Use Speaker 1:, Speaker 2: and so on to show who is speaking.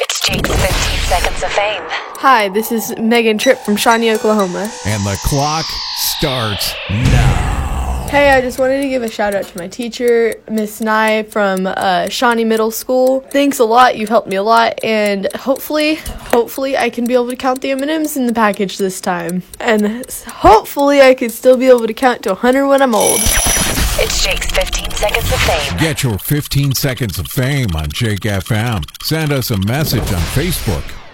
Speaker 1: Jake's 15 Seconds of Fame.
Speaker 2: Hi, this is Megan Tripp from Shawnee, Oklahoma.
Speaker 3: And the clock starts now.
Speaker 2: Hey, I just wanted to give a shout out to my teacher, Miss Nye from uh, Shawnee Middle School. Thanks a lot. You've helped me a lot, and hopefully, hopefully, I can be able to count the M and M's in the package this time, and s- hopefully, I could still be able to count to 100 when I'm old.
Speaker 1: It's Jake's 15 Seconds of Fame.
Speaker 3: Get your 15 seconds of fame on Jake FM. Send us a message on Facebook.